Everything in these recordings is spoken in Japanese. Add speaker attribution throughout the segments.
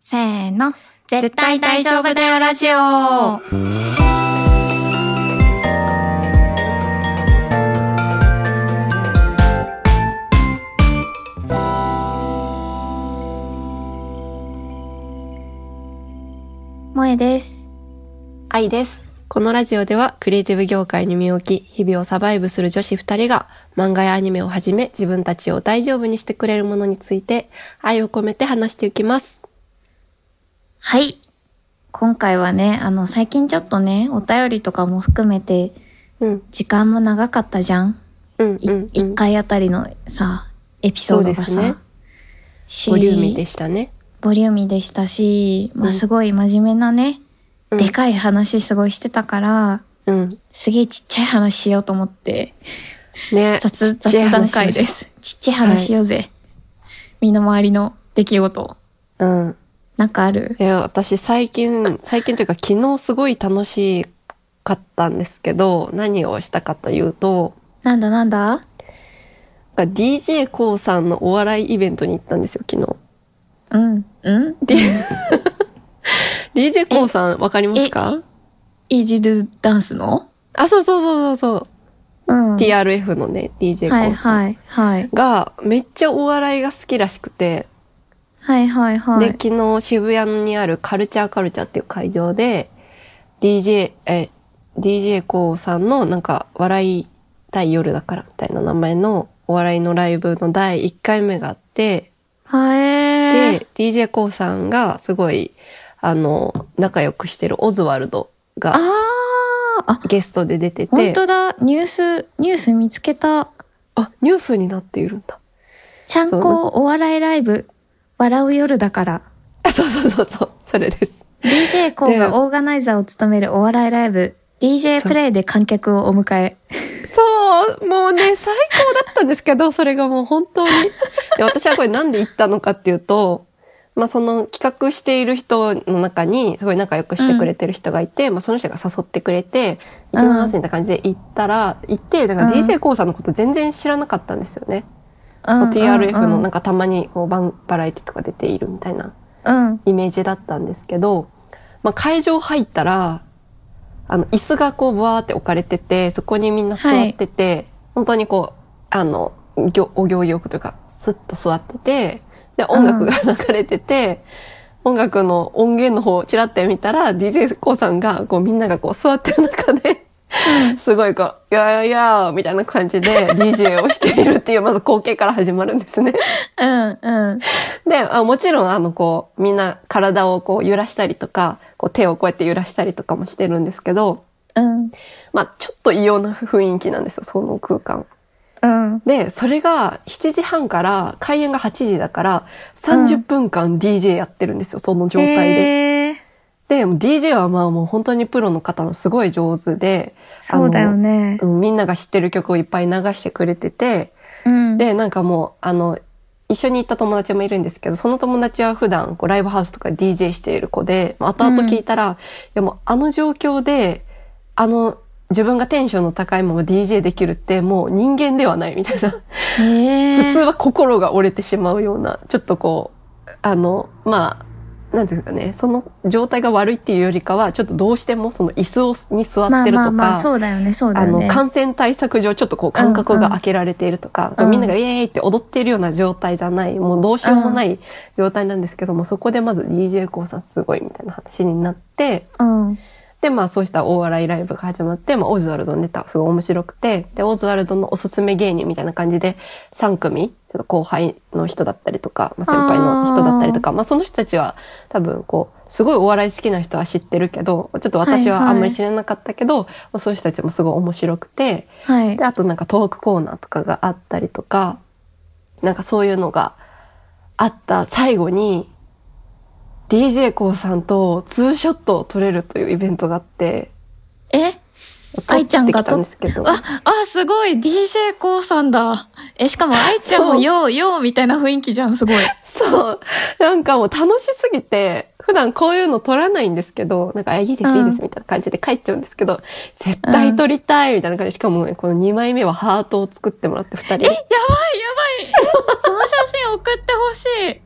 Speaker 1: せーの。
Speaker 2: 絶対大丈夫だよラジオ
Speaker 1: 萌えです。
Speaker 2: 愛です。
Speaker 3: このラジオではクリエイティブ業界に身を置き、日々をサバイブする女子二人が漫画やアニメをはじめ自分たちを大丈夫にしてくれるものについて愛を込めて話していきます。
Speaker 1: はい。今回はね、あの、最近ちょっとね、お便りとかも含めて、
Speaker 3: うん、
Speaker 1: 時間も長かったじゃん。
Speaker 3: うん、
Speaker 1: い
Speaker 3: うん、
Speaker 1: 一、
Speaker 3: うん。
Speaker 1: 回あたりのさ、エピソードが
Speaker 3: そうです
Speaker 1: さ
Speaker 3: ね、
Speaker 1: し
Speaker 3: ボリューミーでしたね。
Speaker 1: ボリューミーでしたし、まあ
Speaker 3: うん
Speaker 1: すごい真面目なね、
Speaker 3: うん
Speaker 1: でかい話すごいしてたから、
Speaker 3: うん。
Speaker 1: すげえちっちゃい話しようと思って、
Speaker 3: ね。
Speaker 1: 雑、
Speaker 3: ちっちゃい
Speaker 1: 雑談
Speaker 3: 話
Speaker 1: 会で
Speaker 3: しまし
Speaker 1: す。ちっちゃい話しようぜ。身の回りの出来事。
Speaker 3: た。うん。
Speaker 1: なんかある
Speaker 3: いや、私最近、最近というか昨日すごい楽しかったんですけど、何をしたかというと、
Speaker 1: なんだなんだ
Speaker 3: なんか d j k o さんのお笑いイベントに行ったんですよ、昨日。
Speaker 1: うん、うん
Speaker 3: d j k o さんわかりますか
Speaker 1: イージーダンスの
Speaker 3: あ、そうそうそうそうそう。
Speaker 1: うん。
Speaker 3: TRF のね、DJ コ
Speaker 1: は
Speaker 3: ー
Speaker 1: い
Speaker 3: さん、
Speaker 1: はいはい。
Speaker 3: が、めっちゃお笑いが好きらしくて、
Speaker 1: はいはいは
Speaker 3: で、
Speaker 1: い。
Speaker 3: 昨日渋谷にあるカルチャーカルチャーっていう会場で、DJ、え、DJ コーさんのなんか、笑いたい夜だからみたいな名前のお笑いのライブの第1回目があって、
Speaker 1: はえー。
Speaker 3: で、DJ コーさんがすごい、あの、仲良くしてるオズワルド
Speaker 1: あ
Speaker 3: が
Speaker 1: ー、あ、
Speaker 3: ゲストで出て
Speaker 1: 本
Speaker 3: て、
Speaker 1: 当だ。ニュース、ニュース見つけた。
Speaker 3: あ、ニュースになっているんだ。
Speaker 1: ちゃんこお笑いライブ、笑う夜だから。
Speaker 3: あ そうそうそうそう、それです。
Speaker 1: DJ コー
Speaker 3: で
Speaker 1: がオーガナイザーを務めるお笑いライブ、DJ
Speaker 3: そう
Speaker 1: プレイで観客をお迎え。
Speaker 3: そう、もうね、最高だったんですけど、それがもう本 当に。で、私はこれなんで行ったのかっていうと、まあその企画している人の中に、すごい仲良くしてくれてる人がいて、まあその人が誘ってくれて、行きますみたいな感じで行ったら、行って、だから
Speaker 1: うん
Speaker 3: DJ コーさんのこと全然知らなかったんですよね。
Speaker 1: うん
Speaker 3: こう TRF のなん
Speaker 1: か、
Speaker 3: かたまにこうバンバラエティとか出ているみたいな
Speaker 1: うん。
Speaker 3: イメージだったんですけど、まあ会場入ったら、あの、椅子がこう、ブワーって置かれてて、そこにみんな座ってて、本当にこう、あの、ぎょお行儀よくというか、スッと座ってて、で、音楽が流れてて、音楽の音源の方をチラって見たら、DJ コウさんが、こう、みんながこう、座ってる中で、すごいこう、いやいやーみたいな感じで DJ をしているっていう、まず光景から始まるんですね。
Speaker 1: うん、うん。
Speaker 3: で、あもちろん、あの、こう、みんな体をこう揺らしたりとか、こう手をこうやって揺らしたりとかもしてるんですけど、
Speaker 1: うん、
Speaker 3: まあ、ちょっと異様な雰囲気なんですよ、その空間。
Speaker 1: うん。
Speaker 3: で、それが7時半から、開演が8時だから、30分間 DJ やってるんですよ、その状態で。
Speaker 1: へー
Speaker 3: で、もう DJ はまあもう本当にプロの方のすごい上手で、
Speaker 1: そうだよね
Speaker 3: う。んみんなが知ってる曲をいっぱい流してくれてて、
Speaker 1: うん。
Speaker 3: で、なんかもう、あの、一緒に行った友達もいるんですけど、その友達は普段、こう、ライブハウスとか DJ している子で、まあ後々聞いたら、いやもう、あの状況で、あの、自分がテンションの高いまま DJ できるって、もう人間ではないみたいな。
Speaker 1: へー
Speaker 3: 普通は心が折れてしまうような、ちょっとこう、あの、まあ、なんていうんですかね、その状態が悪いっていうよりかは、ちょっとどうしてもその椅子をに座
Speaker 1: ま
Speaker 3: っ
Speaker 1: あ
Speaker 3: てると
Speaker 1: ま
Speaker 3: か、
Speaker 1: あまあ、そうだよね、そうだ
Speaker 3: あ
Speaker 1: よ
Speaker 3: の、
Speaker 1: ね。
Speaker 3: 感染対策上、ちょっとこう、間隔が空けられているとか、
Speaker 1: うんうん
Speaker 3: みんながイエーイって踊っているような状態じゃない、もうどうしようもない状態なんですけども、そこでまず DJ コーさんすごいみたいな話になって、
Speaker 1: うん。
Speaker 3: で、まあそうした大笑いライブが始まって、まあオズワルドのネタすごい面白くて、で、オズワルドのおすすめ芸人みたいな感じで、3組、ちょっと後輩の人だったりとか、まあ先輩の人だったりとか、まあその人たちは多分こう、すごいお笑い好きな人は知ってるけど、ちょっと私はあんまり知らなかったけど、まあそういう人たちもすごい面白くて、
Speaker 1: はい
Speaker 3: で、。あとなんかトークコーナーとかがあったりとか、なんかそういうのがあった最後に、DJ コウさんとツーショットを撮れるというイベントがあって、
Speaker 1: え愛ちゃんが撮
Speaker 3: 撮
Speaker 1: っ
Speaker 3: ってきたんですけど、
Speaker 1: あ、あ、すごい !DJ コーさんだ。え、しかも愛ちゃんも
Speaker 3: そう
Speaker 1: よう、ようみたいな雰囲気じゃん、すごい。
Speaker 3: そう、なんかもう楽しすぎて、普段こういうの撮らないんですけど、なんか、あいいです、
Speaker 1: うん
Speaker 3: いいです、みたいな感じで帰っちゃうんですけど、絶対撮りたい、みたいな感じで、しかもねこの2枚目はハートを作ってもらって、2人で。
Speaker 1: やばいやばいその写真送ってほしい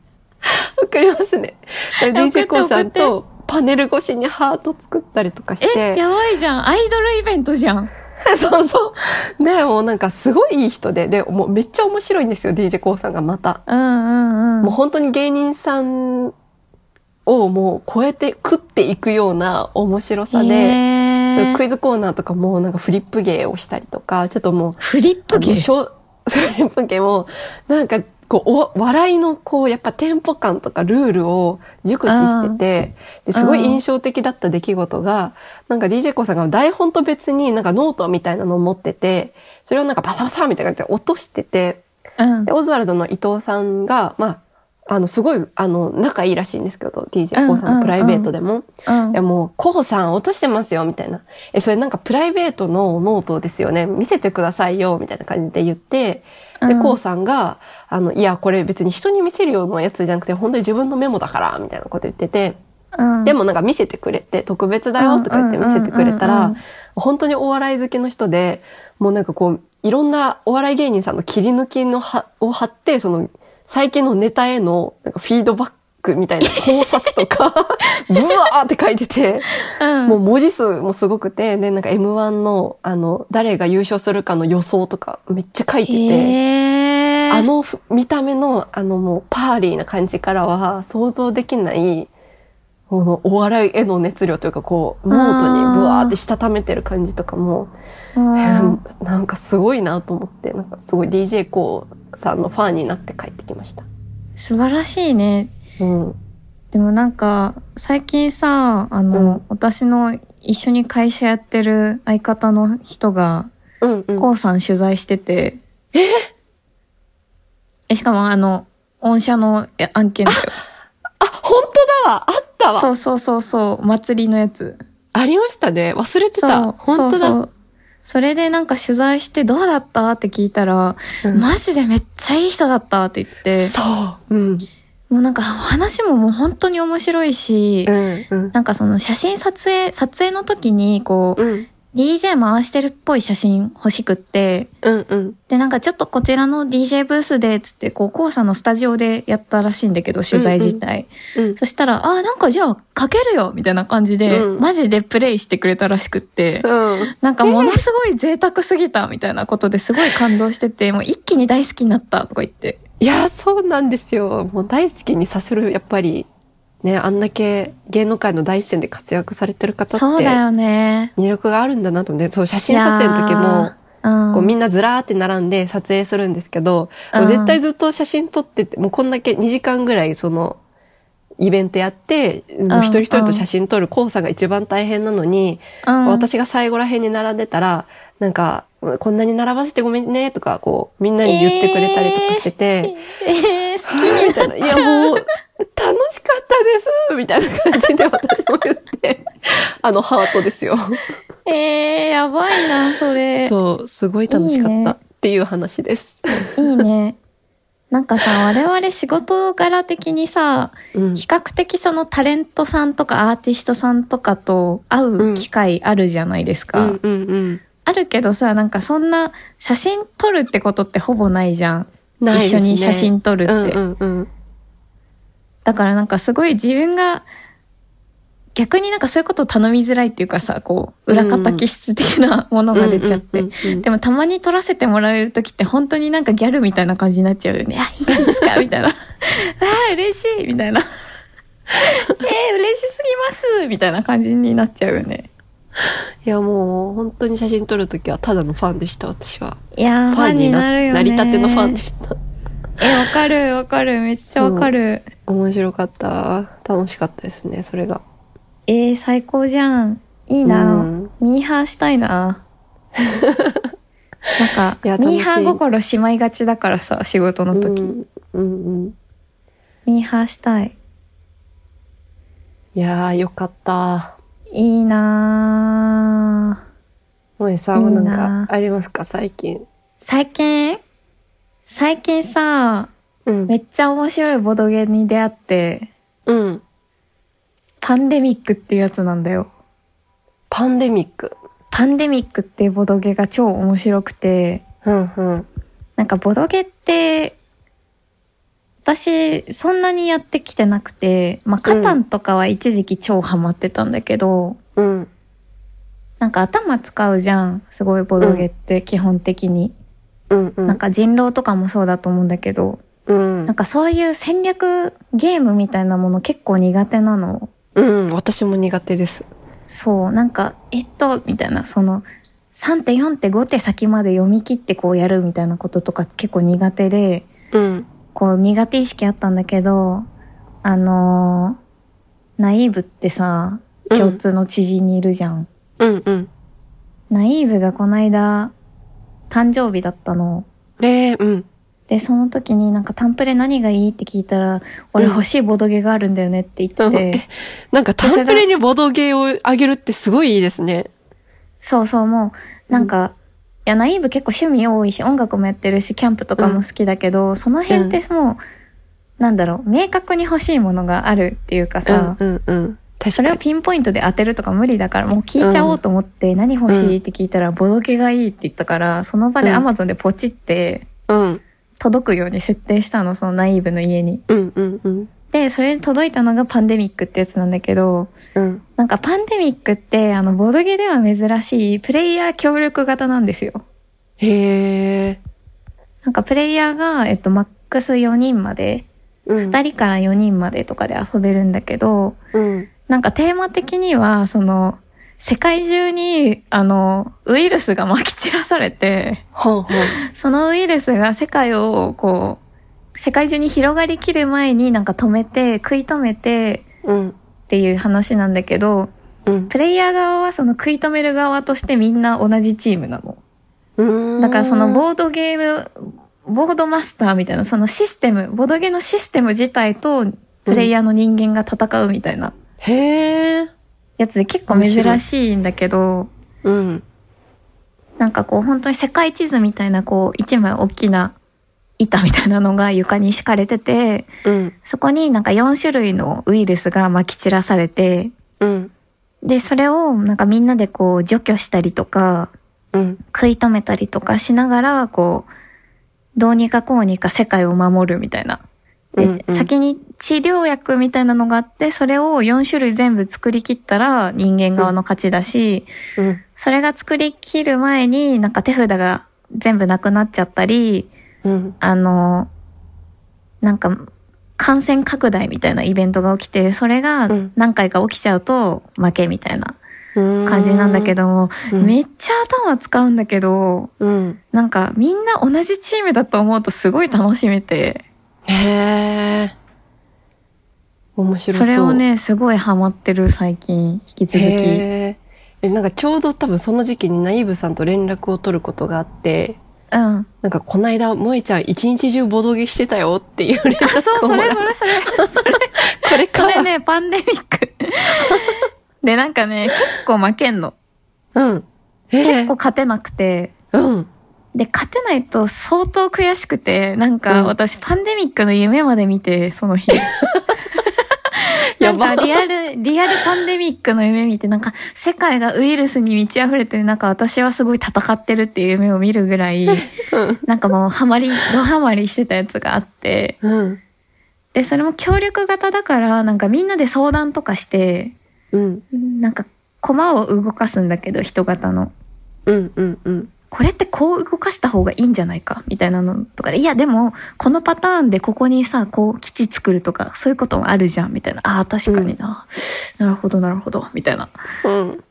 Speaker 3: 送りますね。だから
Speaker 1: 送って
Speaker 3: DJ コウさん
Speaker 1: 送
Speaker 3: とパネル越しにハート作ったりとかし
Speaker 1: え、
Speaker 3: て。
Speaker 1: やばいじゃん。アイドルイベントじゃん。
Speaker 3: そうそう。で、もうなんかすごいいい人で、で、もうめっちゃ面白いんですよ、DJ コウさんがまた。
Speaker 1: うんうんうん。
Speaker 3: もう本当に芸人さんをもう超えて食っていくような面白さで、
Speaker 1: へー
Speaker 3: クイズコーナーとかもなんかフリップ芸をしたりとか、ちょっともう
Speaker 1: フリップ
Speaker 3: あ
Speaker 1: 芸
Speaker 3: の しょうフリップ芸も、なんか、こう、お笑いの、こう、やっぱテンポ感とかルールを熟知してて、ですごい印象的だった出来事が、なんか DJ コさんが台本と別になんかノートみたいなのを持ってて、それをなんかバサバサみたいな感じで落としてて、
Speaker 1: うん
Speaker 3: でオズワルドの伊藤さんが、まあ、あの、すごい、あの、仲いいらしいんですけど、DJ コ
Speaker 1: うんうん
Speaker 3: さ
Speaker 1: うん
Speaker 3: ん、プライベートでも。
Speaker 1: うん
Speaker 3: いやもう、コウさん落としてますよ、みたいな。え、それなんかプライベートのノートですよね。見せてくださいよ、みたいな感じで言って、で、
Speaker 1: うん
Speaker 3: コウさんが、あの、いや、これ別に人に見せるようなやつじゃなくて、本当に自分のメモだから、みたいなこと言ってて、
Speaker 1: うん
Speaker 3: でもなんか見せてくれて、特別だよ、とか言って見せてく
Speaker 1: うんう
Speaker 3: れた
Speaker 1: んうん
Speaker 3: ら、本当にお笑い好きの人で、もうなんかこう、いろんなお笑い芸人さんの切り抜きのはを貼って、その、最近のネタへの、なんかフィードバックみたいな考察 とか、ブワーって書いてて、
Speaker 1: うん
Speaker 3: もう文字数もすごくて、で、なんか M1 の、あの、誰が優勝するかの予想とかめっちゃ書いてて、
Speaker 1: へー
Speaker 3: あのふ見た目の、あのもうパーリーな感じからは想像できない、このお笑いへの熱量というか、こう、ノートにブワーってしたためてる感じとかも、
Speaker 1: うん
Speaker 3: なんかすごいなと思って、なんかすごい d j k o さんのファンになって帰ってきました。
Speaker 1: 素晴らしいね。
Speaker 3: うん。
Speaker 1: でもなんか、最近さ、あの、
Speaker 3: うん
Speaker 1: 私の一緒に会社やってる相方の人が、
Speaker 3: うん、うん。
Speaker 1: コウさん取材してて。ええしかもあの、御社のえ案件だよ。
Speaker 3: あ、本当だわあったわ
Speaker 1: そうそうそうそう、祭りのやつ。
Speaker 3: ありましたね忘れて
Speaker 1: そ
Speaker 3: た
Speaker 1: う、
Speaker 3: 本当だ
Speaker 1: そうそうそれでなんか取材してどうだったって聞いたら、
Speaker 3: うん
Speaker 1: マジでめっちゃいい人だったって言ってて、
Speaker 3: そう。うん。
Speaker 1: もうなんか話ももう本当に面白いし、
Speaker 3: うん。うん。
Speaker 1: なんかその写真撮影、撮影の時にこう、
Speaker 3: うん。
Speaker 1: DJ 回してるっぽい写真欲しくって、
Speaker 3: うん。うん。
Speaker 1: でなんかちょっとこちらの DJ ブースで、つってこう、コウさんのスタジオでやったらしいんだけど、取材自体。
Speaker 3: うん。
Speaker 1: そしたら、あーなんかじゃあ書けるよみたいな感じで、
Speaker 3: うん
Speaker 1: マジでプレイしてくれたらしくって。
Speaker 3: うん。
Speaker 1: なんかものすごい贅沢すぎたみたいなことですごい感動して て、もう一気に大好きになったとか言って。
Speaker 3: いや、そうなんですよ。もう大好きにさせる、やっぱり、ね、あんだけ芸能界の第一線で活躍されてる方
Speaker 1: そ
Speaker 3: っ
Speaker 1: う
Speaker 3: て、
Speaker 1: だ
Speaker 3: 魅
Speaker 1: よね。
Speaker 3: 力があるんだなと思って、そう、写真撮影の時
Speaker 1: も
Speaker 3: も、こ
Speaker 1: う
Speaker 3: う
Speaker 1: ん、
Speaker 3: みんなずらーって並んで撮影するんですけど、
Speaker 1: うん
Speaker 3: もう絶対ずっと写真撮ってて、もうこんだけ2時間ぐらいその、イベントやって、もう一人一人と写真撮る、コウさんが一番大変なのに、
Speaker 1: うん、
Speaker 3: 私が最後ら辺に並んでたら、なんか、こんなに並ばせてごめんね、とか、こう、みんなに言ってくれたりとかしてて、
Speaker 1: えー、好き
Speaker 3: みたいな。いや、もう、楽しかったですみたいな感じで私も言って、あの、ハートですよ。
Speaker 1: えー、やばいな、それ。
Speaker 3: そう、すごい楽しか
Speaker 1: いい
Speaker 3: った
Speaker 1: ね
Speaker 3: っていう話です。
Speaker 1: いいね。なんかさ、我々仕事柄的にさ、
Speaker 3: うん
Speaker 1: 比較的そのタレントさんとかアーティストさんとかと会う機会あるじゃないです
Speaker 3: う
Speaker 1: か。
Speaker 3: んうんうん。
Speaker 1: あるけどさ、なんかそんな写真撮るってことってほぼないじゃん。
Speaker 3: ないです
Speaker 1: 一緒
Speaker 3: ね
Speaker 1: に写真撮るって、
Speaker 3: うんうんうん。
Speaker 1: だからなんかすごい自分が逆になんかそういうことを頼みづらいっていうかさこう裏方気質的なものが出ちゃって、
Speaker 3: うんうんうんうん
Speaker 1: でもたまに撮らせてもらえる時って本当になんかギャルみたいな感じになっちゃうよ ね「あいいんですか?」みたいな「あー嬉しい」み たいな「えー、嬉しすぎます」みたいな感じになっちゃうよね
Speaker 3: いや、もう、本当に写真撮るときはただのファンでした、私は。
Speaker 1: いやーファンになるよね
Speaker 3: なりたてのファンでした。
Speaker 1: えわかるわかるめっちゃわかる
Speaker 3: 面白かった。楽しかったですね、それが。
Speaker 1: えー、最高じゃんいいうな、
Speaker 3: ん
Speaker 1: ミーハーしたい ななんか
Speaker 3: いや
Speaker 1: ミーハー
Speaker 3: 楽しい
Speaker 1: 心しまいがちだからさ仕事の時、
Speaker 3: うんうんうん。
Speaker 1: ミーハーしたい
Speaker 3: いやー、よかった。
Speaker 1: いいなー
Speaker 3: 萌えさ
Speaker 1: いい
Speaker 3: んは
Speaker 1: な
Speaker 3: なんかありますか最近。
Speaker 1: 最近最近さ
Speaker 3: うん
Speaker 1: め。っちゃ面白いボドゲに出会って
Speaker 3: うん。
Speaker 1: パンデミックっていうやつなんだよ
Speaker 3: パンデミック。
Speaker 1: パンデミックっていうボドゲが超面白くて
Speaker 3: うんうん。
Speaker 1: なんかボドゲって私、そんなにやってきてなくて、まあ、カタンとかは一時期超ハマってたんだけど、
Speaker 3: うん。
Speaker 1: なんか頭使うじゃん。すごいボドゲって基本的に。
Speaker 3: うん。うん。
Speaker 1: なんか人狼とかもそうだと思うんだけど、
Speaker 3: うん
Speaker 1: なん。かそういう戦略ゲームみたいなもの結構苦手なの。
Speaker 3: うん。私も苦手です。
Speaker 1: そう、なんか、えっと、みたいな、その、3手4手5手先まで読み切ってこうやるみたいなこととか結構苦手で、
Speaker 3: うん。
Speaker 1: こう苦手意識あったんだけど、あのーナイーブってさ、
Speaker 3: うん
Speaker 1: 共通の知人にいるじゃん。
Speaker 3: うんうん。
Speaker 1: ナイーブがこないだ、誕生日だったの。
Speaker 3: えー、うん。
Speaker 1: で、その時になんかタンプレ何がいいって聞いたら、俺欲しいボドゲがあるんだよねって言って て、
Speaker 3: うんなんかタンプレにボードゲーをあげるってすごいいいですね。
Speaker 1: そうそう、もう、なんか、いや、ナイーブ結構趣味多いし、音楽もやってるし、キャンプとかも好きだけど、その辺ってもう、なんだろう、明確に欲しいものがあるっていうか
Speaker 3: う
Speaker 1: さ、
Speaker 3: んうんうん。確
Speaker 1: それ
Speaker 3: か
Speaker 1: を
Speaker 3: に。
Speaker 1: ピンポイントで当てるとか無理だからもう聞いちゃおうと思って、何欲しいって聞いたらボドゲがいいって言ったからその場で
Speaker 3: うん
Speaker 1: アマゾンでポチって
Speaker 3: うん。
Speaker 1: 届くように設定したのそのナイーブの家に。
Speaker 3: うんうんうん。
Speaker 1: でそれに届いたのがパンデミックってやつなんだけど
Speaker 3: うん。
Speaker 1: なんかパンデミックってあのボドゲでは珍しいプレイヤー協力型なんですよ。
Speaker 3: へえ。
Speaker 1: なんかプレイヤーが、えっと、マックス4人まで
Speaker 3: 二
Speaker 1: 2人から4人までとかで遊べるんだけど
Speaker 3: うん。
Speaker 1: なんかテーマ的には、その、世界中に、あの、ウイルスがまき散らされて、
Speaker 3: ほんほん。
Speaker 1: そのウイルスが世界を、こう、世界中に広がりきる前になんか止めて、食い止めて
Speaker 3: うん。
Speaker 1: っていう話なんだけど、
Speaker 3: うん
Speaker 1: プレイヤー側はその食い止める側としてみんな同じチームなの。
Speaker 3: うーん。
Speaker 1: だからそのボードゲーム、ボードマスターみたいな、そのシステム、ボードゲームのシステム自体と、プレイヤーの人間が戦うみたいな
Speaker 3: へえ。
Speaker 1: やつで結構珍しいんだけど、
Speaker 3: うん。
Speaker 1: なんかこう本当に世界地図みたいなこう一枚大きな板みたいなのが床に敷かれてて、
Speaker 3: うん。
Speaker 1: そこになんか4種類のウイルスがまき散らされて、
Speaker 3: うん。
Speaker 1: で、それをなんかみんなでこう除去したりとか、
Speaker 3: うん。
Speaker 1: 食い止めたりとかしながら、こう、どうにかこうにか世界を守るみたいな。で、
Speaker 3: うんうん
Speaker 1: 先に治療薬みたいなのがあって、それを4種類全部作り切ったら人間側の勝ちだし、
Speaker 3: うん。
Speaker 1: それが作り切る前になんか手札が全部なくなっちゃったり、
Speaker 3: うん。
Speaker 1: あの、なんか感染拡大みたいなイベントが起きて、それが
Speaker 3: うん
Speaker 1: 何回か起きちゃうと負けみたいな
Speaker 3: 感
Speaker 1: 感じなんだけど
Speaker 3: ど。
Speaker 1: も、
Speaker 3: うん
Speaker 1: めっちゃ頭使うんだけど、
Speaker 3: うん。
Speaker 1: なんかみんな同じチームだと思うとすごい楽しめて、
Speaker 3: へえ。面白そ。
Speaker 1: そうれをね、すごいハマってる最近、引き続き。
Speaker 3: へーえ、なんかちょうど多分その時期にナイーブさんと連絡を取ることがあって、
Speaker 1: うん。
Speaker 3: なんかこないだ萌えちゃん一日中ボドゲしてたよっていう連
Speaker 1: あ、そう、
Speaker 3: 絡を
Speaker 1: そ
Speaker 3: もら
Speaker 1: れ
Speaker 3: っ
Speaker 1: それそれ。
Speaker 3: これか
Speaker 1: そ
Speaker 3: ら。
Speaker 1: れね、パンデミック。 で、なんかね、結構負けんの。
Speaker 3: うん。え
Speaker 1: 結構
Speaker 3: ー、
Speaker 1: 勝てなくて。
Speaker 3: うん。
Speaker 1: で、勝てないと相当悔しくて、なん
Speaker 3: う
Speaker 1: か
Speaker 3: ん
Speaker 1: 私、パンデミックの夢まで見て、その 日。な
Speaker 3: や
Speaker 1: ん
Speaker 3: ば
Speaker 1: か。リアル、リアルパンデミックの夢見て、なんか世界がウイルスに満ち溢れて、なんか私はすごい戦ってるっていう夢を見るぐらい、
Speaker 3: うん。
Speaker 1: なんかもうハマり、ドハマりしてたやつがあって、
Speaker 3: うん。
Speaker 1: で、それも協力型だから、なんかみんなで相談とかして、
Speaker 3: うん。
Speaker 1: なんか、駒を動かすんだけど、人型の。
Speaker 3: うん。うん。うん。
Speaker 1: これってこう動かした方がいいんじゃないかみたいなのとかで、いやでも、このパターンでここにさ、こう基地作るとか、そういうこともあるじゃんみたいな。ああ、確かにな。なるほど、なるほど、みたいな。
Speaker 3: うん。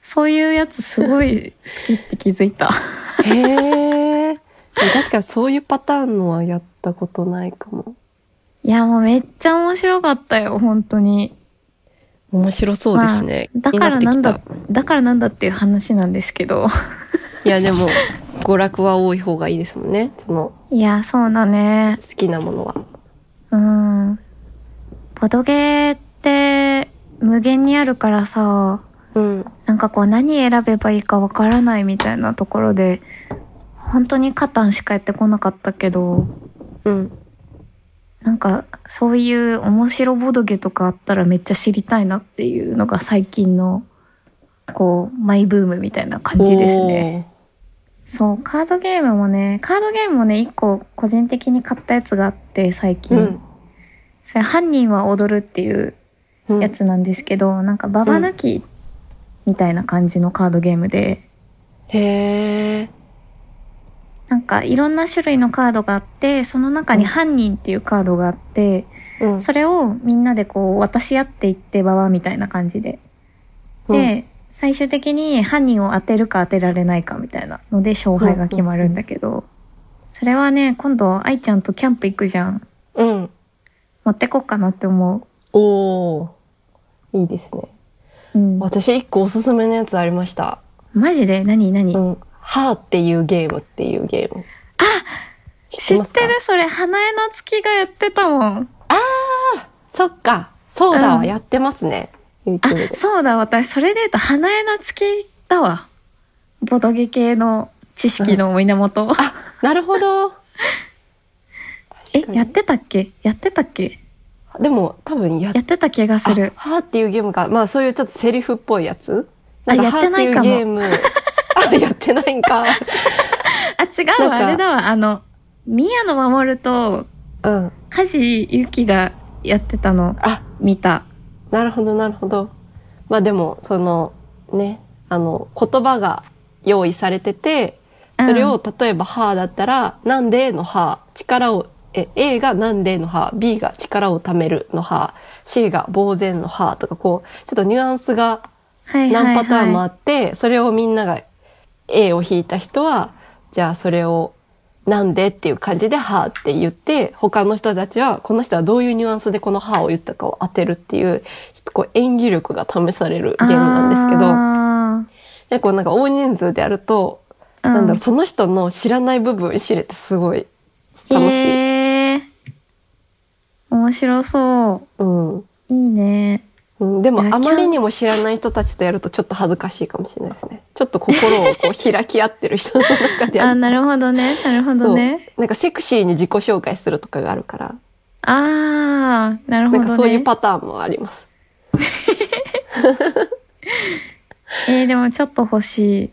Speaker 1: そういうやつすごい好きって気づいた。
Speaker 3: へえ。でも確かにそういうパターンのはやったことないかも。
Speaker 1: いや、もうめっちゃ面白かったよ、本当に。
Speaker 3: 面白そうですね。
Speaker 1: だから
Speaker 3: 気
Speaker 1: なん
Speaker 3: にって
Speaker 1: だ
Speaker 3: き、
Speaker 1: だからなんだっていう話なんですけ ど。
Speaker 3: たいや、でも、娯楽は多い方がいいですもんね。その、
Speaker 1: いや、そうだね。
Speaker 3: 好きなものは。
Speaker 1: うん。ボドゲーって無限にあるからさ、
Speaker 3: うん。
Speaker 1: なんかこう何選べばいいかわからないみたいなところで、本当にカタンしかやってこなかったけど、
Speaker 3: うん。
Speaker 1: なんかそういう面白ボドゲとかあったらめっちゃ知りたいなっていうのが最近の、こう、マイブームみたいな感じですね。
Speaker 3: お
Speaker 1: そう、カードゲームもね、カードゲームもね、一個個人的に買ったやつがあって、最近。それ、犯人は踊るっていう
Speaker 3: うん。
Speaker 1: やつなんですけど、なんか、ババ抜きみたいな感じのカードゲームで、
Speaker 3: へー。
Speaker 1: なんか、いろんな種類のカードがあって、その中に犯人っていうカードがあって、
Speaker 3: うん
Speaker 1: それをみんなでこう、渡し合っていって、ババみたいな感じで。で、最終的に犯人を当てるか当てられないかみたいなので勝敗が決まるんだけど、それはね、今度愛ちゃんとキャンプ行くじゃん。
Speaker 3: うん。うん。
Speaker 1: 持ってこっかなって思
Speaker 3: おー。いいですね。
Speaker 1: う。うん。
Speaker 3: 私一個おすすめのやつありました。
Speaker 1: マジで何何、
Speaker 3: うん。はーっていうゲームっていうゲーム。あ
Speaker 1: 知ってるそれ、花江夏樹がやってたもん。
Speaker 3: そっか。そうだわ、
Speaker 1: うん
Speaker 3: やってますね。
Speaker 1: あ
Speaker 3: YouTube で、。
Speaker 1: そうだ、私、それで言うと花江夏樹だわ。ボドゲ系の知識の源。
Speaker 3: なるほど。
Speaker 1: え
Speaker 3: 確、かに
Speaker 1: やってたっけやってたっけ
Speaker 3: でも多分やっ
Speaker 1: やってた気がする。
Speaker 3: あはーっていうゲームが、まあそういうちょっとセリフっぽいやつ
Speaker 1: あ
Speaker 3: ん
Speaker 1: やってないかも
Speaker 3: はーっていうゲーム。あ、やってないんか。
Speaker 1: あ、違うわ、
Speaker 3: なんか
Speaker 1: あれだわ。あの、宮野守ると、
Speaker 3: うん。
Speaker 1: 梶ゆきがやってたの
Speaker 3: あ、
Speaker 1: 見た。
Speaker 3: なるほど、なるほど。まあでも、その、ね、あの、言葉が用意されてて、それ
Speaker 1: う
Speaker 3: を
Speaker 1: ん、
Speaker 3: 例えば、はーだったら、なんでのはー、力を、え、A がなんでのはー、B が力をためるのはー、C が呆然のはーとか、こう、ちょっとニュアンスが
Speaker 1: はいはいはい
Speaker 3: 何パターンもあって、それをみんなが A を引いた人は、じゃあそれをなんでっていう感じで、はーって言って、他の人たちは、この人はどういうニュアンスでこのはーを言ったかを当てるっていう、ちょっとこう演技力が試されるゲームなんですけど、
Speaker 1: ど。
Speaker 3: 結構なんか大人数でやると、なんだろう、その人の知らない部分知れてすごい楽しい。
Speaker 1: へー面白そ
Speaker 3: うんう
Speaker 1: う。いいね。
Speaker 3: ん。でも
Speaker 1: いや
Speaker 3: あまりにも知らない人たちとやるとちょっと恥ずかしいかもしれないですね。ちょっと心をこう開き合ってる人の中でや
Speaker 1: あ、
Speaker 3: る。
Speaker 1: なるほどね。なるほどね。
Speaker 3: なんかセクシーに自己紹介するとかがあるから、
Speaker 1: あー、なるほど
Speaker 3: なん
Speaker 1: ね。
Speaker 3: かそういうパターンもあります。
Speaker 1: えー、でもちょっと欲しい。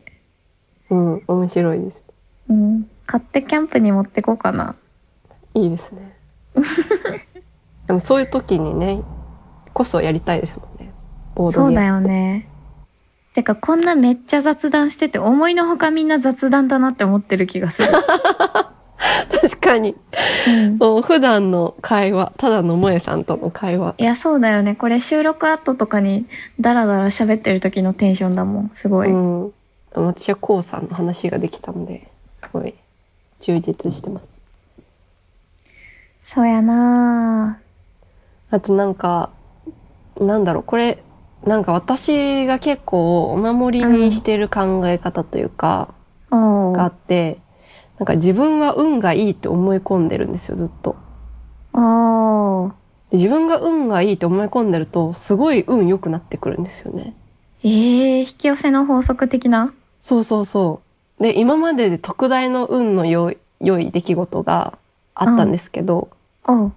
Speaker 3: うん、面白いです。
Speaker 1: うん。買ってキャンプに持ってこうかな。
Speaker 3: いいで すね。でもそういう時にね、こそやりたいですもんね。ボー
Speaker 1: そ
Speaker 3: ド
Speaker 1: う
Speaker 3: ゲー
Speaker 1: だ
Speaker 3: ム。
Speaker 1: よね。てか、こんなめっちゃ雑談してて、思いのほかみんな雑談だなって思ってる気が する。
Speaker 3: 確かに。
Speaker 1: うん
Speaker 3: もう普段の会話、ただの萌えさんとの会話。
Speaker 1: いや、そうだよね。これ収録後とかにダラダラ喋ってる時のテンションだもん。すごい。
Speaker 3: うん。私はこうさんの話ができたので、すごい充実してます。
Speaker 1: そうやな
Speaker 3: あとなんか、なんだろう、これ、なんか私が結構お守りにしてる考え方というか、
Speaker 1: ぁ。お
Speaker 3: があ
Speaker 1: ー
Speaker 3: って、なんか自分は運がいいって思い込んでるんですよ、ずっと。
Speaker 1: おー
Speaker 3: で自分が運がいいって思い込んでると、すごい運良くなってくるんですよね。
Speaker 1: ええ引き寄せの法則的な
Speaker 3: そうそうそう。で、今までで特大の運の良い良い出来事があったんですけど、
Speaker 1: おう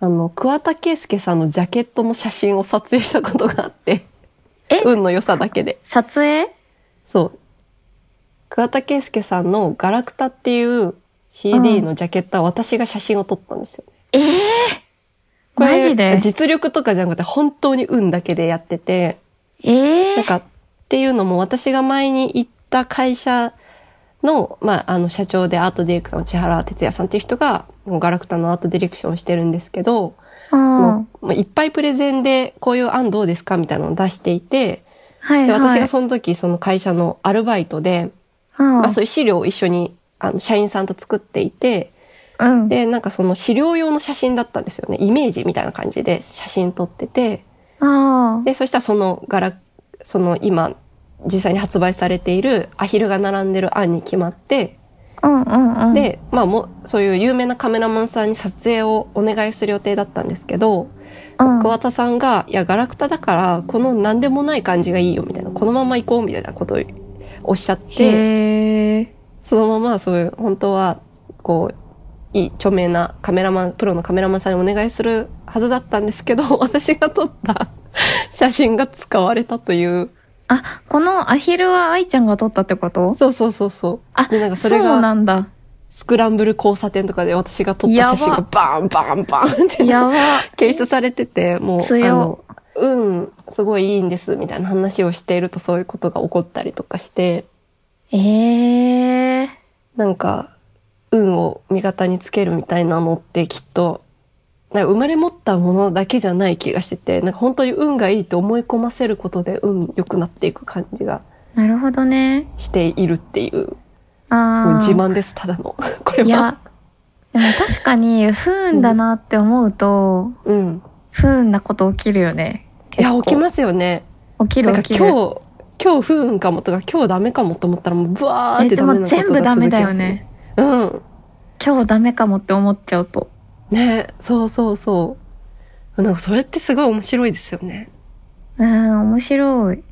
Speaker 3: あの、桑田佳祐さんのジャケットの写真を撮影したことがあって
Speaker 1: え。
Speaker 3: 運の良さだけで。
Speaker 1: 撮影
Speaker 3: そう。桑田佳祐さんのガラクタっていう CD のジャケットは私が写真を撮ったんですよ。
Speaker 1: ええ
Speaker 3: これ
Speaker 1: マジで
Speaker 3: 実力とかじゃなくて本当に運だけでやってて、
Speaker 1: ええ
Speaker 3: なんかっていうのも私が前に行った会社の、まあ、あの社長でアートディレクターの千原哲也さんっていう人が、ガラクタのアートディレクションをしてるんですけど、その
Speaker 1: は
Speaker 3: まあいっぱいプレゼンでこういう案どうですかみたいなのを出していて、
Speaker 1: い
Speaker 3: で私が
Speaker 1: はい。
Speaker 3: その時その会社のアルバイトで、まあ、そういう資料を一緒にあの社員さんと作っていて、
Speaker 1: うん。
Speaker 3: で、なんかその資料用の写真だったんですよね。イメージみたいな感じで写真撮ってて、
Speaker 1: あー
Speaker 3: で、そしたらその柄、その今実際に発売されているアヒルが並んでる案に決まって、
Speaker 1: うんうんうん。、
Speaker 3: で、まあもうそういう有名なカメラマンさんに撮影をお願いする予定だったんですけど、
Speaker 1: うん、
Speaker 3: 桑田さんが、いや、ガラクタだから、この何でもない感じがいいよ、みたいな、このまま行こう、みたいなことをおっしゃって、
Speaker 1: へえ。
Speaker 3: そのまま、そういう、本当は、こう、いい、著名なカメラマン、プロのカメラマンさんにお願いする はずだったんですけど、私が撮った写真が使われたという、
Speaker 1: あ、このアヒルは愛ちゃんが撮ったってこと
Speaker 3: そうそうそうそう。
Speaker 1: あ
Speaker 3: で、なんかそ
Speaker 1: そ
Speaker 3: れ
Speaker 1: う
Speaker 3: が
Speaker 1: なんだ。
Speaker 3: スクランブル交差点とかで私が撮った写真が
Speaker 1: や
Speaker 3: バーンバーンバーンって
Speaker 1: やば。
Speaker 3: 検出されてて、もう、
Speaker 1: 強
Speaker 3: あの、うん、すごいいいんです、みたいな話をしているとそういうことが起こったりとかして、
Speaker 1: ええー。
Speaker 3: なんか、運を味方につけるみたいなのってきっと、なんか生まれ持ったものだけじゃない気がしてて、なんか本当に運がいいと思い込ませることで運良くなっていく感じが
Speaker 1: なるほどね。
Speaker 3: しているっていう、
Speaker 1: ああ。
Speaker 3: 自慢です、ただの。これ
Speaker 1: い
Speaker 3: は。
Speaker 1: や、でも確かに不運だなって思うと、
Speaker 3: うん。
Speaker 1: 不運なこと起きるよね。
Speaker 3: いや、起き
Speaker 1: す。
Speaker 3: ますよね。
Speaker 1: 起き
Speaker 3: な
Speaker 1: る
Speaker 3: んか
Speaker 1: 起きる。
Speaker 3: 今日、今日不運かもとか、今日ダメかもと思ったらもう、ブワーっ
Speaker 1: え
Speaker 3: て
Speaker 1: で
Speaker 3: ダメな
Speaker 1: も
Speaker 3: こと
Speaker 1: 全
Speaker 3: が続き
Speaker 1: 部ダメだよ
Speaker 3: ます
Speaker 1: ね。。
Speaker 3: うん。
Speaker 1: 今日ダメかもって思っちゃうと。
Speaker 3: ねそうそうそう。なんかそれってすごい面白いですよね。
Speaker 1: うん、面白い。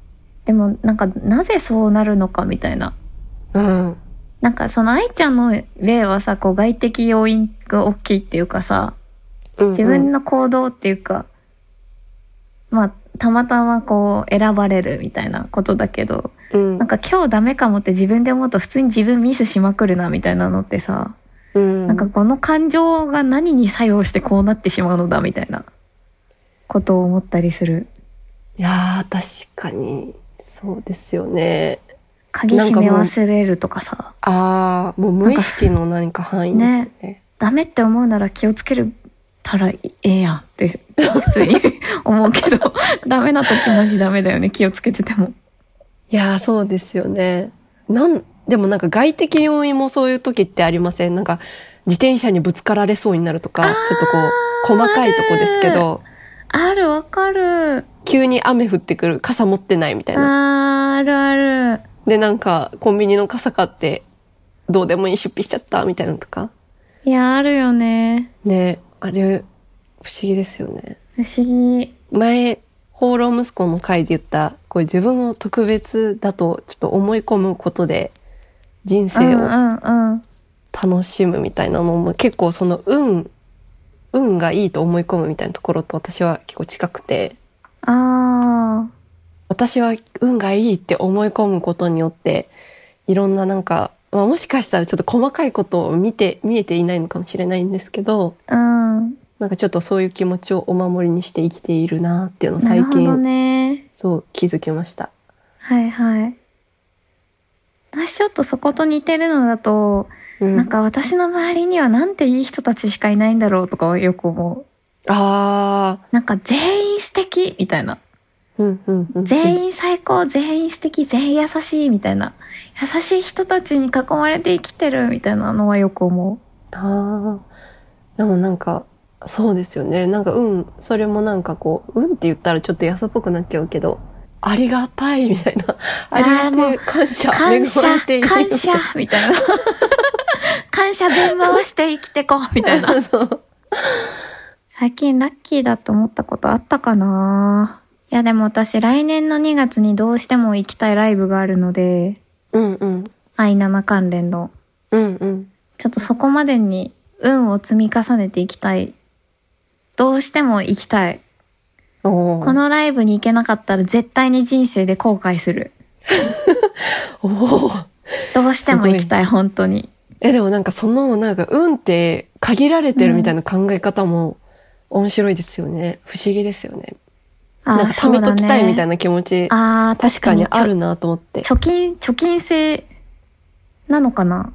Speaker 1: でもなんかなぜそうなるのかみたいな。
Speaker 3: うん。
Speaker 1: なんかその愛ちゃんの例はさ、こう外的要因が大きいっていうかさ、自分の行動っていうか、まあ、たまたまこう選ばれるみたいなことだけど、
Speaker 3: うん、
Speaker 1: なんか今日ダメかもって自分で思うと普通に自分ミスしまくるなみたいなのってさ、
Speaker 3: うん、
Speaker 1: なんかこの感情が何に作用してこうなってしまうのだみたいなことを思ったりする。
Speaker 3: いやー、確かに、そうですよね。
Speaker 1: 鍵
Speaker 3: なん
Speaker 1: 閉
Speaker 3: かも
Speaker 1: め
Speaker 3: う
Speaker 1: 忘れるとかさ、
Speaker 3: ああ、もう無意識の何か範囲ですよね。
Speaker 1: ダメって思うなら気をつけるたらええやんって普通 に思うけど、ダメな時マジダメだよね、気をつけてても。
Speaker 3: いやー、そうですよね。なん、でもなんか外的要因もそういう時ってありませんなんか、自転車にぶつかられそうになるとか、ちょっとこう、細かいとこですけど、
Speaker 1: あるわかる。
Speaker 3: 急に雨降ってくる、傘持ってないみたい
Speaker 1: あー
Speaker 3: な。
Speaker 1: あるある。
Speaker 3: で、なんか、コンビニの傘買って、どうでもいい出費しちゃった、みたいなのとか。
Speaker 1: いや、あるよね。
Speaker 3: ねあれ、不思議ですよね。
Speaker 1: 不思議。
Speaker 3: 前、放浪息子の回で言った、これ自分を特別だと、ちょっと思い込むことで、人生
Speaker 1: う
Speaker 3: を
Speaker 1: んうんうん。
Speaker 3: 楽しむみたいなのも、結構その、運、運がいいと思い込むみたいなところと私は結構近くて、
Speaker 1: あ
Speaker 3: 私は運がいいって思い込むことによっていろんななんか、まあ、もしかしたらちょっと細かいことを見て見えていないのかもしれないんですけど
Speaker 1: あ、うん。
Speaker 3: なんかちょっとそういう気持ちをお守りにして生きているなっていうのを
Speaker 1: なる
Speaker 3: 最
Speaker 1: ほど
Speaker 3: 近、
Speaker 1: ね。
Speaker 3: そう気づきました。
Speaker 1: はいはい。私ちょっとそこと似てるのだと、
Speaker 3: うん、
Speaker 1: なんか私の周りにはなんていい人たちしかいないんだろうとかはよく思う。
Speaker 3: ああ、
Speaker 1: なんか全員素敵みたいな。
Speaker 3: うんうんうん、
Speaker 1: 全員最高、全員素敵、全員優しいみたいな。優しい人たちに囲まれて生きてるみたいなのはよく思
Speaker 3: ああ、でもなんかそうですよね。なんか運それもなんかこう運って言ったらちょっと安っぽくなっちゃうけど。ありがたいみたいな。あり
Speaker 1: ーも
Speaker 3: が
Speaker 1: う
Speaker 3: て感謝。
Speaker 1: う。感謝
Speaker 3: 恵まれてい、る
Speaker 1: 感謝みたい な。感謝弁回して生きてこうみたいな。
Speaker 3: そう
Speaker 1: 最近ラッキーだと思ったことあったかないやでも私来年の2月にどうしても行きたいライブがあるので、
Speaker 3: うんうん。
Speaker 1: アイナナ関連の。
Speaker 3: うんうん。
Speaker 1: ちょっとそこまでに運を積み重ねていきたい。どうしても行きたい。
Speaker 3: お
Speaker 1: こ
Speaker 3: ー
Speaker 1: のライブに行けなかったら絶対に人生で後悔する。
Speaker 3: おー
Speaker 1: どうしても行きたい、本当に。
Speaker 3: え、でもなんかその、なんか運って限られてるみたいな考え方も面白いですよね。不思議ですよね。
Speaker 1: あ
Speaker 3: なんか貯めときたいみたい
Speaker 1: な。
Speaker 3: な気持ち、
Speaker 1: あー確
Speaker 3: 確か
Speaker 1: か
Speaker 3: に
Speaker 1: に
Speaker 3: あるなと思って。
Speaker 1: 貯金、貯金制なのかな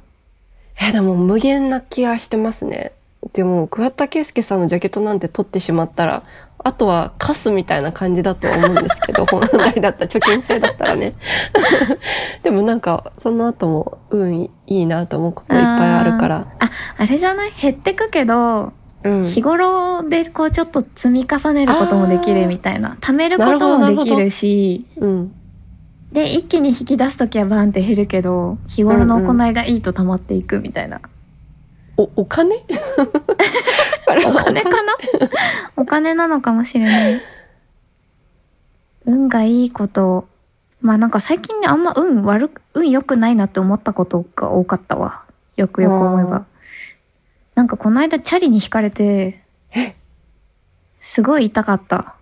Speaker 3: え、でも無限な気がしてますね。でも、桑田佳祐さんのジャケットなんて取ってしまったら、あとはカスみたいな感じだとは思うんです けど、本来だったら、貯金制だったらね。 でもなんか、その後も運いいなと思うこといっぱいあるから。
Speaker 1: あれじゃない減ってくけど、
Speaker 3: うん
Speaker 1: 日頃でこうちょっと積み重ねることもできるみたいな貯めるこ
Speaker 3: なるほど
Speaker 1: とも
Speaker 3: なる
Speaker 1: で
Speaker 3: ほど
Speaker 1: きるし
Speaker 3: うん。
Speaker 1: で一気に引き出す時はバンって減るけど日頃の行いがいいと溜まっていくみた いな、
Speaker 3: お、お 金これは
Speaker 1: お金かな お金なのかもしれない運がいいことまあなんか最近ねあんま運悪く運良くないなって思ったことが多かったわよくよく思え
Speaker 3: あー
Speaker 1: ばなんかこの間チャリに引かれてすごい痛かった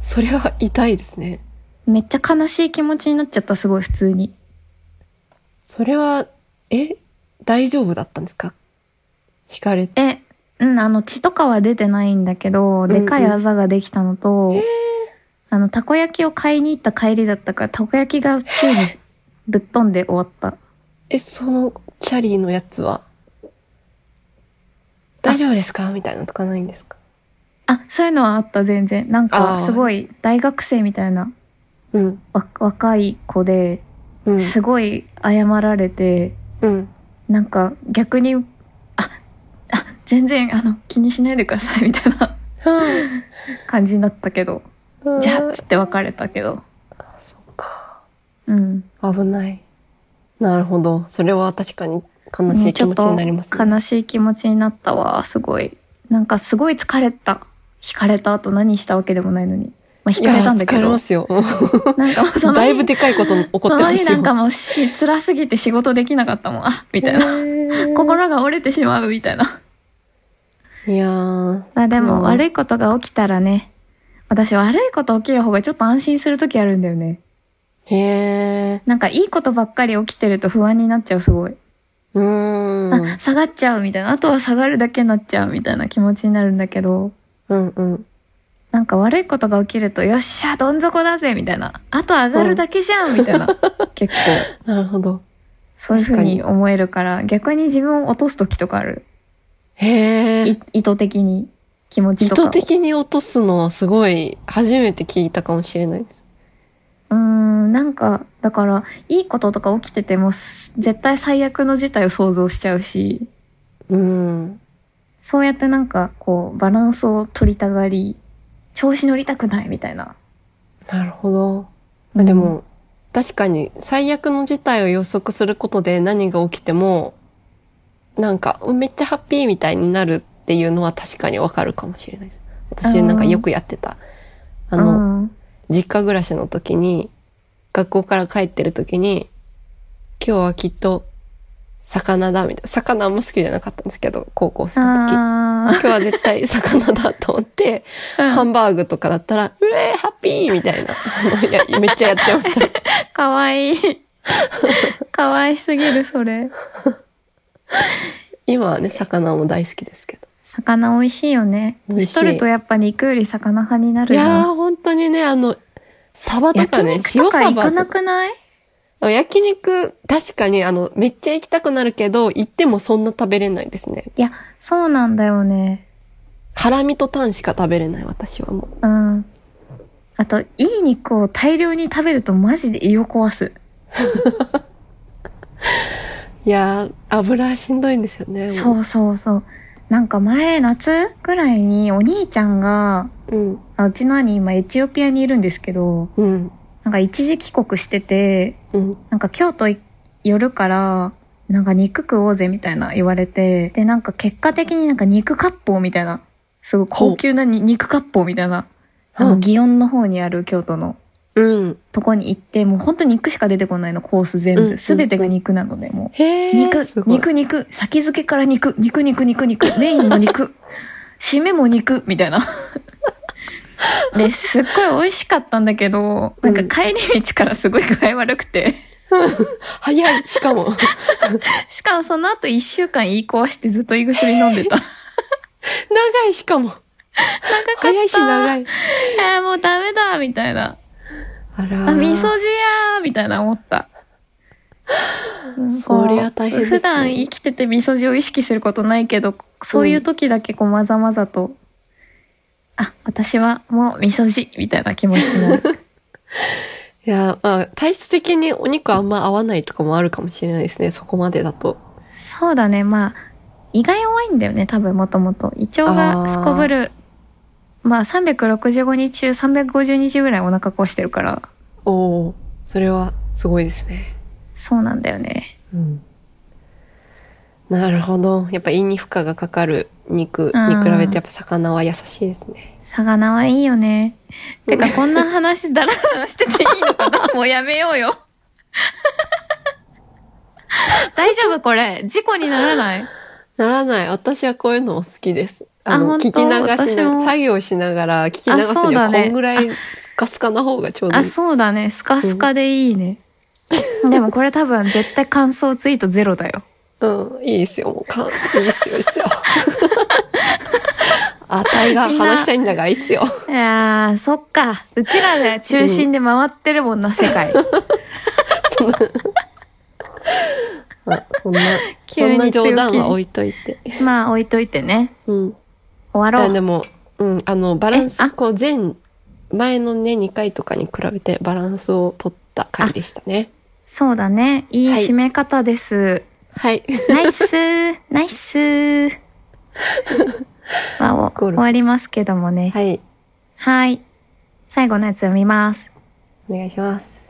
Speaker 3: それは痛いですね。
Speaker 1: めっちゃ悲しい気持ちになっちゃった、すごい普通に。
Speaker 3: それは、え大丈夫だったんですか惹かれて。
Speaker 1: え、うん、あの、血とかは出てないんだけど、
Speaker 3: んうん
Speaker 1: でかいあざができたのと、あの、たこ焼きを買いに行った帰りだったから、たこ焼きが宙にぶっ飛んで終わった。
Speaker 3: え、そのキャリーのやつは、大丈夫ですかみたいなのとかないんですか
Speaker 1: あ、そういうのはあった、全然。なん
Speaker 3: あ
Speaker 1: か、
Speaker 3: ー
Speaker 1: すごい、大学生みたいな、
Speaker 3: うん。
Speaker 1: わ若い子で、
Speaker 3: うん。
Speaker 1: すごい謝られて、
Speaker 3: うん。
Speaker 1: なんか、逆に、あ、あ、全然、あの、気にしないでください、みたいな感じになったけど、じゃあ、っつって別れたけど。
Speaker 3: あ、そっか。
Speaker 1: うん。
Speaker 3: 危ない。なるほど。それは確かに悲しい気持ちになります、
Speaker 1: ちょっと悲しい気持ちになったわすごいなんかすごい疲れた引かれた後何したわけでもないのにまあ引
Speaker 3: い
Speaker 1: か
Speaker 3: や
Speaker 1: れたんだけ
Speaker 3: 疲れ
Speaker 1: ど
Speaker 3: ますよ。
Speaker 1: なんかもうその日
Speaker 3: だいぶでかいこと起こってますよ。
Speaker 1: その日なんかもうし辛すぎて仕事できなかったもんあみたいな
Speaker 3: な
Speaker 1: 心が折れてしまうみ たいない
Speaker 3: やー
Speaker 1: あで
Speaker 3: そう
Speaker 1: も悪いことが起きたらね私悪いこと起きる方がちょっと安心する時あるんだよね
Speaker 3: へえ。
Speaker 1: なんかいいことばっかり起きてると不安になっちゃうすごい、
Speaker 3: うーん。
Speaker 1: あ下がっちゃうみたいなあとは下がるだけになっちゃうみたいな気持ちになるんだけど
Speaker 3: うんうん。
Speaker 1: なんか悪いことが起きると、よっしゃ、どん底だぜみたいな。あと上がるだけじゃん、みたいな。結構、
Speaker 3: なるほど。
Speaker 1: そういうふう
Speaker 3: 確かに
Speaker 1: に思えるから、逆に自分を落とす時とかある。
Speaker 3: へ
Speaker 1: い
Speaker 3: え。
Speaker 1: 意図的に気持
Speaker 3: 意
Speaker 1: ちとかを。
Speaker 3: 図的に落とすのはすごい初めて聞いたかもしれないです。
Speaker 1: うーん、なんか、だから、いいこととか起きてても、す絶対最悪の事態を想像しちゃうし、
Speaker 3: うん。
Speaker 1: そうやってなんか、こう、バランスを取りたがり、調子乗りたくないみたいな。
Speaker 3: なるほど。まあでも、確かに最悪の事態を予測することで何が起きても、なんかうんめっちゃハッピーみたいになるっていうのは確かにわかるかもしれないです。私なんかよくやってた。あ
Speaker 1: うん、
Speaker 3: の、
Speaker 1: うん
Speaker 3: 実家暮らしの時に、学校から帰ってる時に、今日はきっと、魚だ、みたいな。魚あんま好きじゃなかったんですけど、高校生の時。今
Speaker 1: あ
Speaker 3: 日は絶対魚だと思って、
Speaker 1: ー
Speaker 3: ハンバーグとかだったら、うえー、ハッピーみたいな。あの いやめっちゃやってました。
Speaker 1: かわい い。かわいすぎる、それ。
Speaker 3: 今はね、魚も大好きですけど。
Speaker 1: 魚美味しいよね。
Speaker 3: 美味しい
Speaker 1: 年取るとやっぱ肉より魚派になる
Speaker 3: いや
Speaker 1: な。
Speaker 3: ー、本当にね、あの、サバとか
Speaker 1: 焼
Speaker 3: ね、
Speaker 1: 肉
Speaker 3: 塩
Speaker 1: とか
Speaker 3: サ
Speaker 1: 行か
Speaker 3: バ
Speaker 1: な
Speaker 3: とか。
Speaker 1: くない
Speaker 3: 焼肉、確かに、あの、めっちゃ行きたくなるけど、行ってもそんな食べれないですね。
Speaker 1: いや、そうなんだよね。
Speaker 3: ハラミとタンしか食べれない、私はも
Speaker 1: う
Speaker 3: う。
Speaker 1: ん。あと、いい肉を大量に食べるとマジで胃を壊す。
Speaker 3: いやー、油しんどいんですよね。。
Speaker 1: そううそうそう。なんか前、夏ぐらいにお兄ちゃんが、
Speaker 3: うん。
Speaker 1: あうちの兄今エチオピアにいるんですけど、
Speaker 3: うん。
Speaker 1: なんか一時帰国してて、
Speaker 3: うん。
Speaker 1: なんか京都寄るから、なんか肉食おうぜみたいな言われて、で、なんか結果的になんか肉割烹みたいな、すごい高級なに肉割烹みたいな、あの、
Speaker 3: うん
Speaker 1: 祇園の方にある京都の
Speaker 3: うん。
Speaker 1: とこに行って、もう本当肉しか出てこないの、コース全
Speaker 3: うん
Speaker 1: 部。すべてが肉なので、もう。
Speaker 3: へー
Speaker 1: 肉
Speaker 3: す、ごい
Speaker 1: 肉、肉、先付けから肉、肉、肉、肉、肉、メインの肉、締めも肉、みた いな。で、すっごい美味しかったんだけど、なんか帰り道からすごい具合悪くて。
Speaker 3: 早い、しかも。
Speaker 1: しかもその後一週間言い壊してずっと胃薬飲んでた。
Speaker 3: 長い、しかも。長かった。早いし、長い。
Speaker 1: えー、もうダメだみたいな。
Speaker 3: あら
Speaker 1: あ、味噌汁やーみたいな思った。うん
Speaker 3: そりゃ大変ですね
Speaker 1: 普段生きてて味噌汁を意識することないけど、そういう時だけこうまざまざと、あ、私はもう味噌汁みたいな気持ちになる。
Speaker 3: いや、まあ、体質的にお肉あんま合わないとかもあるかもしれないですね。そこまでだと。
Speaker 1: そうだね、まあ、胃が弱いんだよね、多分もともと。胃腸がすこぶる。まあ、365日中350日ぐらいお腹壊してるから、
Speaker 3: おお、それはすごいですね。
Speaker 1: そうなんだよね。
Speaker 3: うん。なるほど。やっぱ胃に負荷がかかる肉に比べてやっぱ魚は優しいですね。
Speaker 1: 魚はいいよね。てか、こんな話、だらだらしてていいのかなもうやめよう よ。大丈夫これ。事故にならない
Speaker 3: ならない。私はこういうのも好きです。
Speaker 1: あ
Speaker 3: あの、
Speaker 1: 本当
Speaker 3: 聞き流しな
Speaker 1: 私も
Speaker 3: 作業しながら聞き流
Speaker 1: あ
Speaker 3: す
Speaker 1: そう
Speaker 3: に
Speaker 1: だ
Speaker 3: はこ
Speaker 1: ね
Speaker 3: んぐらいスカスカな方がちょうどい
Speaker 1: あ
Speaker 3: い。
Speaker 1: そうだねスカスカでいいね、でもこれ多分絶対感想ツイートゼロだよ
Speaker 3: うん、いいですよ。もうか、いいっすよ、いいっす よ。あたいが話したいんだからいいっすよ。
Speaker 1: いやーそっかうちらが中心で回ってるもんな世界
Speaker 3: そんな、まあそんな、そんな冗談は置いといて。
Speaker 1: まあ置いといてね
Speaker 3: うん。
Speaker 1: 終わろ
Speaker 3: あ
Speaker 1: う
Speaker 3: でも、うん、あの、バラン
Speaker 1: え
Speaker 3: ス、
Speaker 1: あ
Speaker 3: こう、前、前のね、2回とかに比べてバランスを取った回でしたね。
Speaker 1: そうだねいい
Speaker 3: はい
Speaker 1: 締め方です、
Speaker 3: はい。
Speaker 1: ナイスナイスまあお
Speaker 3: ゴルフ
Speaker 1: 終わりますけどもね
Speaker 3: はい。
Speaker 1: はい。最後のやつ読みます。
Speaker 3: お願いします。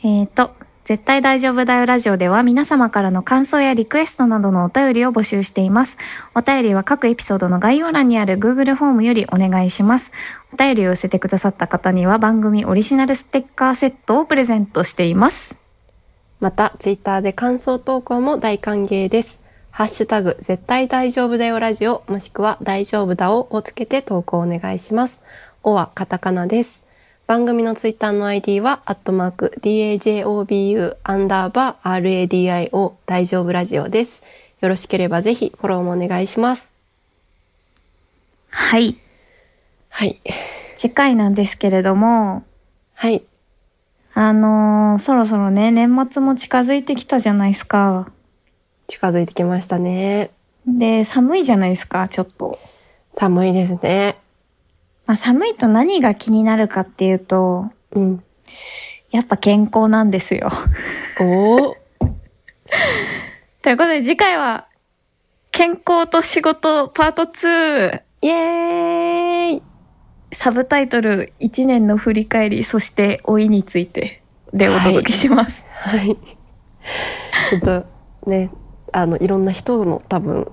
Speaker 1: えーと、絶対大丈夫だよラジオでは皆様からの感想やリクエストなどのお便りを募集しています。お便りは各エピソードの概要欄にある Google フォームよりお願いします。お便りを寄せてくださった方には番組オリジナルステッカーセットをプレゼントしています。
Speaker 3: また、ツイッターで感想投稿も大歓迎です。ハッシュタグ、絶対大丈夫だよラジオ、もしくは大丈夫だおをつけて投稿お願いします。おはカタカナです。番組のツイッターの ID は、アットマーク、DAJOBU、アンダーバー、RADIO、大丈夫ラジオです。よろしければぜひフォローもお願いします。
Speaker 1: はい。
Speaker 3: はい。
Speaker 1: 次回なんですけれども、
Speaker 3: はい。
Speaker 1: あのーそろそろね、年末も近づいてきたじゃないですか。
Speaker 3: 近づいてきましたね。
Speaker 1: で、寒いじゃないですか、ちょっと。
Speaker 3: 寒いですね。
Speaker 1: まあ、寒いと何が気になるかっていうと、
Speaker 3: うん。
Speaker 1: やっぱ健康なんですよ。
Speaker 3: おー。
Speaker 1: ということで次回は、健康と仕事パート2。
Speaker 3: イエーイ
Speaker 1: サブタイトル、1年の振り返り、そして老いについてでお届けします。
Speaker 3: はい。ちょっとね、あの、いろんな人の多分、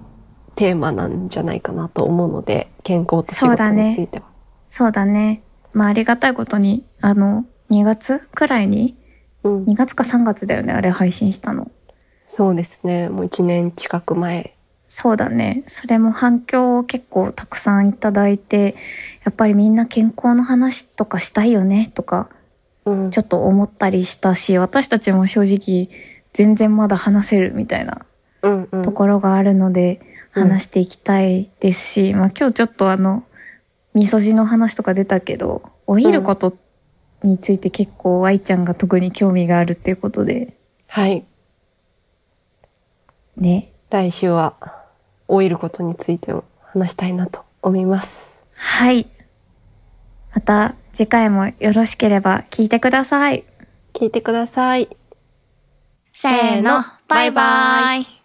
Speaker 3: テーマなんじゃないかなと思うので、健康と仕
Speaker 1: そう
Speaker 3: 事
Speaker 1: だね
Speaker 3: については。
Speaker 1: そうだね。まあありがたいことに、あの、2月くらいに、
Speaker 3: うん
Speaker 1: 2月か3月だよね、あれ配信したの。
Speaker 3: そうですね。もう一年近く前。
Speaker 1: そうだね。それも反響を結構たくさんいただいて、やっぱりみんな健康の話とかしたいよね、とか、
Speaker 3: うん。
Speaker 1: ちょっと思ったりしたし私たちも正直全然まだ話せるみたいな
Speaker 3: うんうん
Speaker 1: ところがあるので
Speaker 3: うん
Speaker 1: 話していきたいですし、まあ、今日ちょっとあのみそじの話とか出たけど老いることについて結構愛ちゃんが特に興味があるっていうことで
Speaker 3: はい。
Speaker 1: ね
Speaker 3: 来週は、老いることについても話したいなと思います。
Speaker 1: はいまた次回もよろしければ聞いてください
Speaker 3: 聞いてください。
Speaker 2: せーの、バイバイ。